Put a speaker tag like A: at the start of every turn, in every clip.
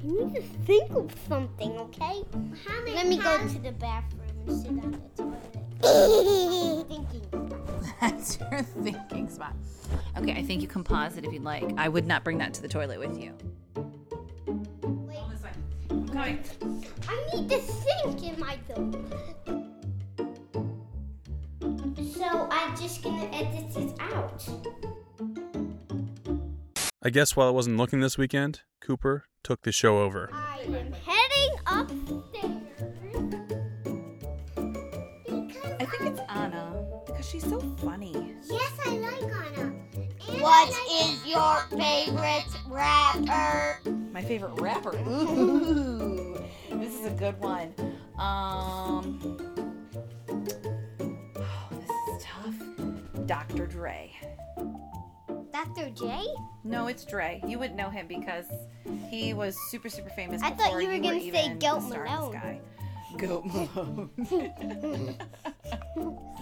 A: trying to think of something, okay?
B: How many
A: Let me go
B: times-
A: to the bathroom and sit on the toilet. Thinking.
C: That's your thinking spot. Okay, I think you can pause it if you'd like. I would not bring that to the toilet with you.
A: Wait.
C: I'm coming.
A: I need to think in my film. So I'm just gonna edit it out.
D: I guess while I wasn't looking this weekend, Cooper took the show over.
A: I am heading upstairs. Because
C: I think it's Anna because she's so funny.
A: yes, I like Anna. And
B: What
A: I like
B: is your favorite rapper?
C: My favorite rapper. Ooh, this is a good one. Um, oh, this is tough. Dr. Dre.
A: Dr. J?
C: No, it's Dre. You wouldn't know him because he was super, super famous.
A: I thought
C: before
A: you were gonna say
C: even
A: Goat
C: a star in the
A: Malone.
C: sky. Goat Malone.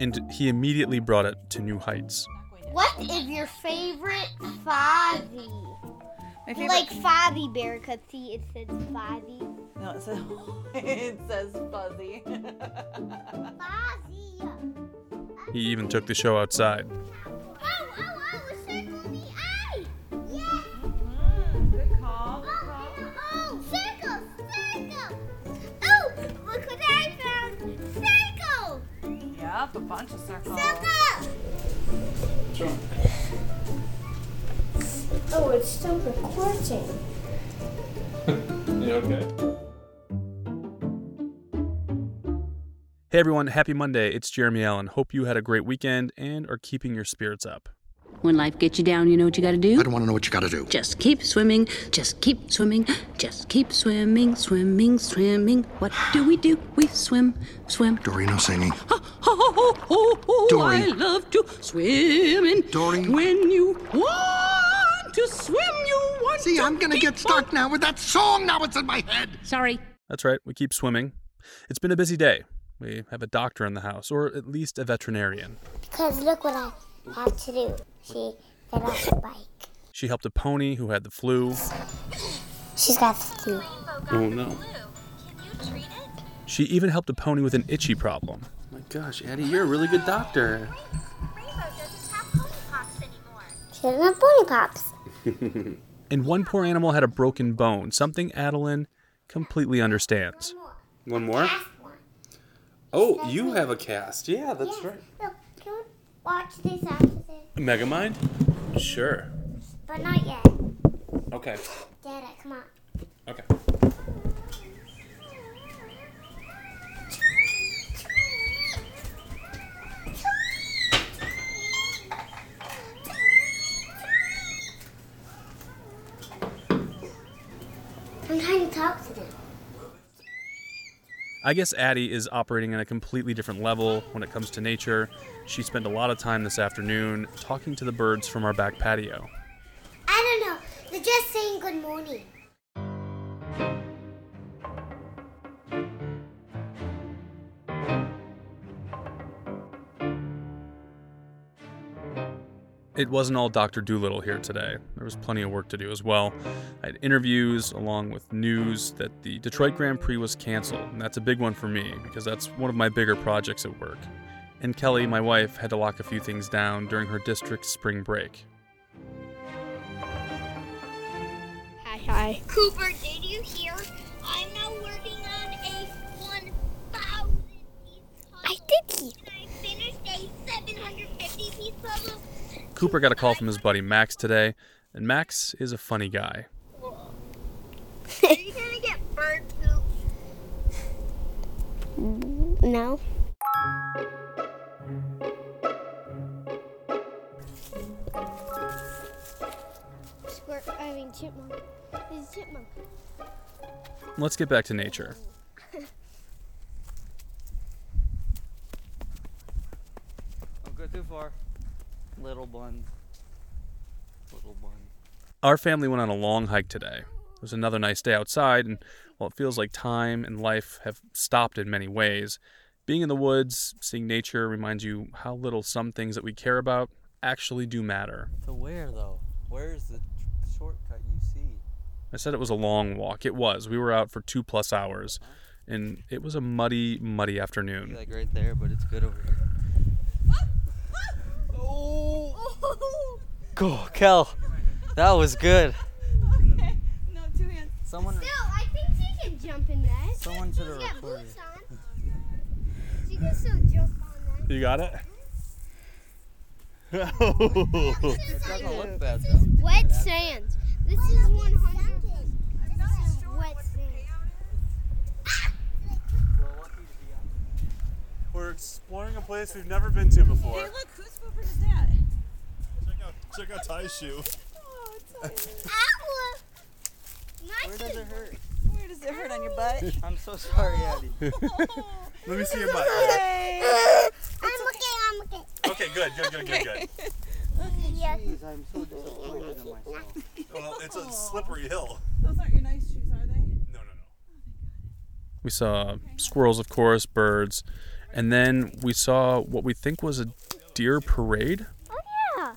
D: And he immediately brought it to new heights.
B: What
A: Um,
B: is your favorite Fozzie?
C: My favorite.
A: Like Fozzie Bear, because see, it says Fozzie.
C: no, it says, it says fuzzy.
E: Ah,
A: Fozzie!
D: He even took the show outside.
A: Oh, oh, oh, a circle the eye! Yes!
C: Good call.
A: Oh, and a O! Circle! Circle! Oh, look what I found! Circle!
C: Yep, a bunch of circles.
A: Circle! Oh, it's still recording.
D: Hey everyone, happy Monday. It's Jeremy Allen. Hope you had a great weekend and are keeping your spirits up.
F: When life gets you down, you know what you gotta
G: I
F: do?
G: don't want to know what you got to do.
F: Just keep swimming, just keep swimming, just keep swimming, swimming, swimming. What do we do? We swim, swim.
G: Dorino singing.
F: Oh, oh, oh, oh, oh,
G: Dory.
F: I love to swim and
G: Dory.
F: when you want to swim, you want
G: See,
F: to
G: I'm going to get
F: keep
G: stuck
F: on-
G: now with that song. Now it's in my head.
F: Sorry.
D: That's right, we keep swimming. It's been a busy day. We have a doctor in the house, or at least a veterinarian.
B: Because look what I have to do. She got off the bike.
D: She helped a pony who had the flu.
B: She's got the flu.
D: Oh no. She even helped a pony with an itchy problem.
H: My gosh, Addie, you're a really good doctor.
B: She doesn't have pony pops.
D: And one poor animal had a broken bone, something Adeline completely understands.
H: One more? Oh, you have a cast. Yeah, that's right.
B: Look, can we watch this after this?
D: Megamind? Sure.
B: But not yet.
D: Okay.
B: Dada, come on.
D: Okay.
B: I'm trying to talk to them.
D: I guess Addie is operating on a completely different level when it comes to nature. She spent a lot of time this afternoon talking to the birds from our back patio.
B: I don't know. They're just saying good morning.
D: It wasn't all Dr. Doolittle here today. There was plenty of work to do as well. I had interviews along with news that the Detroit Grand Prix was canceled, and that's a big one for me because that's one of my bigger projects at work. And Kelly, my wife, had to lock a few things down during her district's spring break.
A: Hi, hi.
B: Cooper, did you hear? I'm now working on a 1,000 piece puzzle.
A: I did hear.
B: And I finished a 750 piece puzzle.
D: Cooper got a call from his buddy Max today, and Max is a funny guy.
B: Are you gonna get bird poop?
A: No. Squirt, I mean, chipmunk. It's chipmunk.
D: Let's get back to nature.
H: Don't go too far. Little bun. Little bun.
D: Our family went on a long hike today. It was another nice day outside, and while it feels like time and life have stopped in many ways, being in the woods, seeing nature reminds you how little some things that we care about actually do matter.
H: To where though? Where's the tr- shortcut you see?
D: I said it was a long walk. It was. We were out for two plus hours, and it was a muddy, muddy afternoon.
I: Like right there, but it's good over here.
E: Oh,
I: Go, Kel. That was good.
E: okay. No, two hands.
I: Someone,
A: Still, I think she can jump in that.
I: someone to the
A: She's got
I: recorder.
A: boots on. She can still jump on that.
D: You got it.
A: This is
I: Doesn't
A: like-
I: look bad
A: this
I: though.
A: is wet sand. This is 100. This is wet sand.
H: We're exploring a place we've never been to
E: Hey,
H: before.
E: look, whose footprint is that?
J: Check out Ty's shoe.
E: Oh, it's so
A: Ow!
I: Where does it hurt?
E: Where does it hurt on your butt? Oh,
I: I'm so sorry, Addy.
J: Let me see your butt.
E: Hey.
A: I'm looking, I'm looking.
J: Okay, good, good, good, good, good.
A: Yes.
I: Jeez, I'm so disappointed in myself.
J: Well, it's a slippery hill.
E: Those aren't your nice shoes, are they?
J: No, no, no.
D: We saw squirrels, of course, birds, and then we saw what we think was a deer parade.
A: Oh, yeah.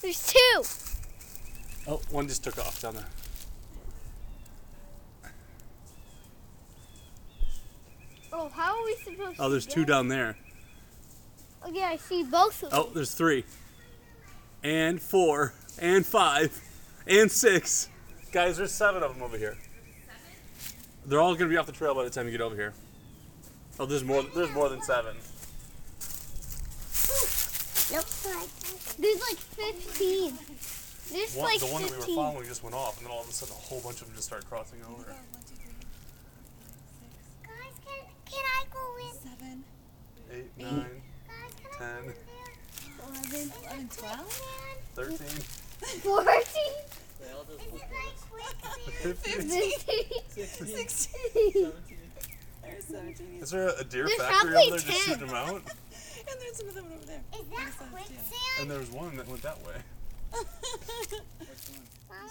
A: There's two.
H: Oh, one just took off down there.
A: Oh, how are we supposed to
H: Oh, there's two down there.
A: Oh, yeah, I see both of them.
H: Oh, there's three. And four. And five. And six. Guys, there's seven of them over here. They're all gonna be off the trail by the time you get over here. Oh, there's more. There's more than seven.
J: Oh.
A: Looks like there's like 15. There's
J: One,
A: like
J: the one that
A: 15.
J: we were following just went off, and then all of a sudden, a whole bunch of them just started crossing over.
A: Guys, can, can I go in?
E: Seven,
J: Eight, nine,
A: Guys, can
J: ten,
E: eleven, eleven, twelve,
J: thirteen.
A: I go in? 14?
I: They all just
A: Is
I: look
A: it
E: fifteen,
A: like 15?
E: sixteen. There's seventeen.
J: Is there a deer
A: There's
J: factory
A: probably
J: over there just
A: 10.
J: shooting them out?
E: And there's another one over there.
A: Is that quicksand,
J: And there was one that went that way.
A: Mama?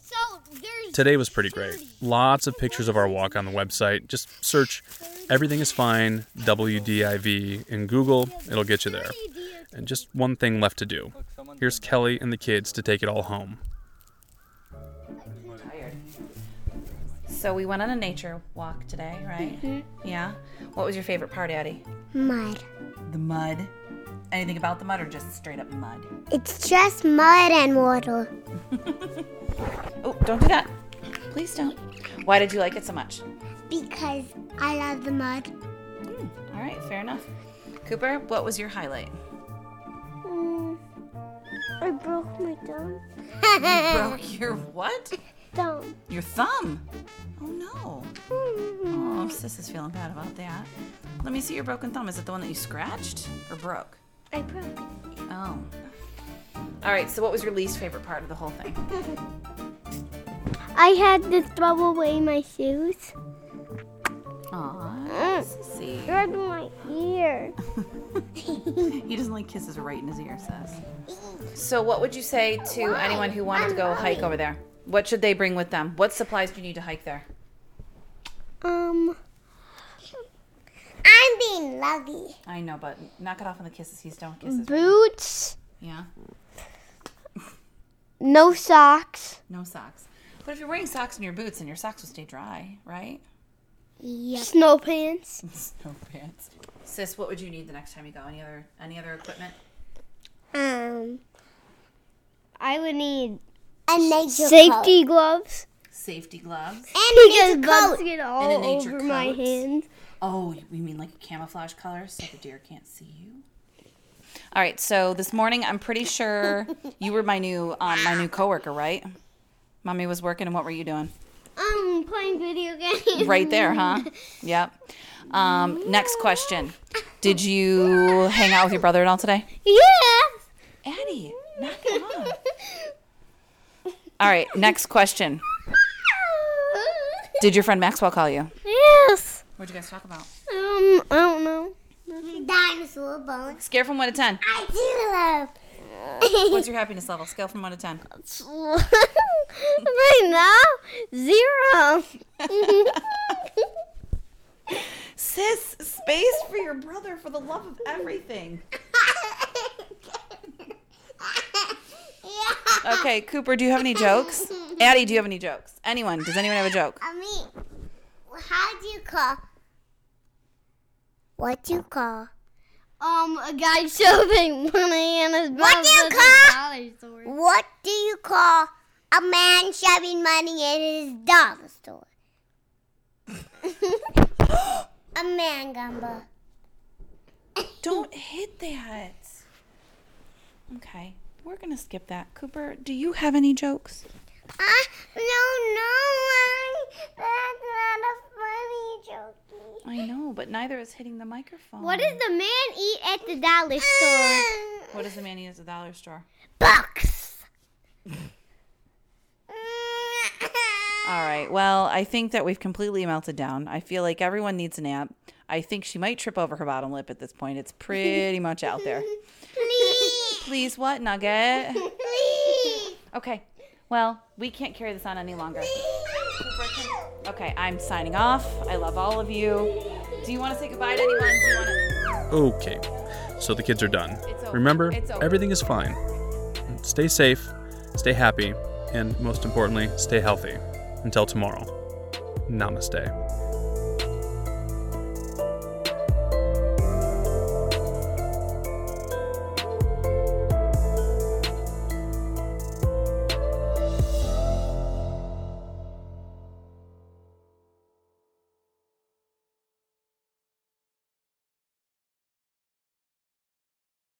A: So there's
D: Today was pretty great. Lots of pictures of our walk on the website. Just search Everything is Fine WDIV in Google, it'll get you there.
A: 30 deer.
D: And just one thing left to do.
I: look. Someone.
D: Here's Kelly and the kids to take it all home.
C: So we went on a nature walk today, right?
E: Mm-hmm.
C: Yeah. What was your favorite part, Addie?
A: Mud.
C: The mud. Anything about the mud or just straight up mud?
A: It's just mud and water.
C: Oh, don't do that. Please don't. Why did you like it so much?
A: Because I love the mud.
C: All right, fair enough. Cooper, what was your highlight?
A: Mm. I broke my thumb.
C: Broke your what?
A: thumb.
C: Your thumb. Oh no. Oh, sis is feeling bad about that. Let me see your broken thumb. Is it the one that you scratched or broke?
A: I broke it.
C: Oh. All right, so what was your least favorite part of the whole thing?
A: I had to throw away my shoes.
C: Aw, sissy.
A: They're in my ear.
C: He doesn't like kisses right in his ear, says. So, what would you say to anyone who wanted to go hike over there? What should they bring with them? What supplies do you need to hike there?
A: Um. I'm being lucky.
C: I know, but knock it off on the kisses. He's done with kisses.
A: Boots,
C: Yeah,
A: no socks.
C: no socks. But if you're wearing socks in your boots, and your socks will stay dry, right?
A: Snow pants.
C: Snow pants. Sis, what would you need the next time you go? Any other any other equipment?
A: Um. I would need a nature safety gloves.
C: Safety gloves.
A: And because bugs get all
C: And a nature
A: over my
C: coat.
A: hands.
C: Oh, you mean like camouflage colors so the deer can't see you? All right, so this morning I'm pretty sure you were my new um, my new coworker, right? Mommy was working, and what were you doing?
A: Um, playing video games.
C: Right there, huh? Yep. Um, next question: Did you hang out with your brother at all today?
A: Yeah.
C: Addie, knock it off. All right, next question: Did your friend Maxwell call you?
A: yes.
C: What'd you guys talk about?
A: Um, I don't know. Dinosaur bones.
C: Scare from one to ten.
A: I do
C: What's your happiness level? Scale from one to ten.
A: love. right now, zero.
C: Sis, space for your brother for the love of everything. Okay, Cooper, do you have any jokes? Addie, do you have any jokes? Anyone? Does anyone have a joke?
A: I mean, how do you call? What do you call? Um, a guy shoving money in his What do you call? What do you call a man shoving money in his dollar store? a man gumbo.
C: Don't hit that. Okay, we're gonna skip that. Cooper, do you have any jokes?
A: I no no. I, that's not a funny joke.
C: I know, but neither is hitting the microphone.
A: What does the man eat at the dollar store?
C: What does the man eat at the dollar store? Bucks. All right. Well, I think that we've completely melted down. I feel like everyone needs a nap. I think she might trip over her bottom lip at this point. It's pretty much out there.
A: Please,
C: Please, what, Nugget?
A: please.
C: Okay. Well, we can't carry this on any longer. Okay, I'm signing off. I love all of you. Do you want to say goodbye to anyone? Do you want to...
D: Okay, so the kids are done.
C: It's over.
D: Remember,
C: It's over.
D: everything is fine. Stay safe, stay happy, and most importantly, stay healthy. Until tomorrow. Namaste.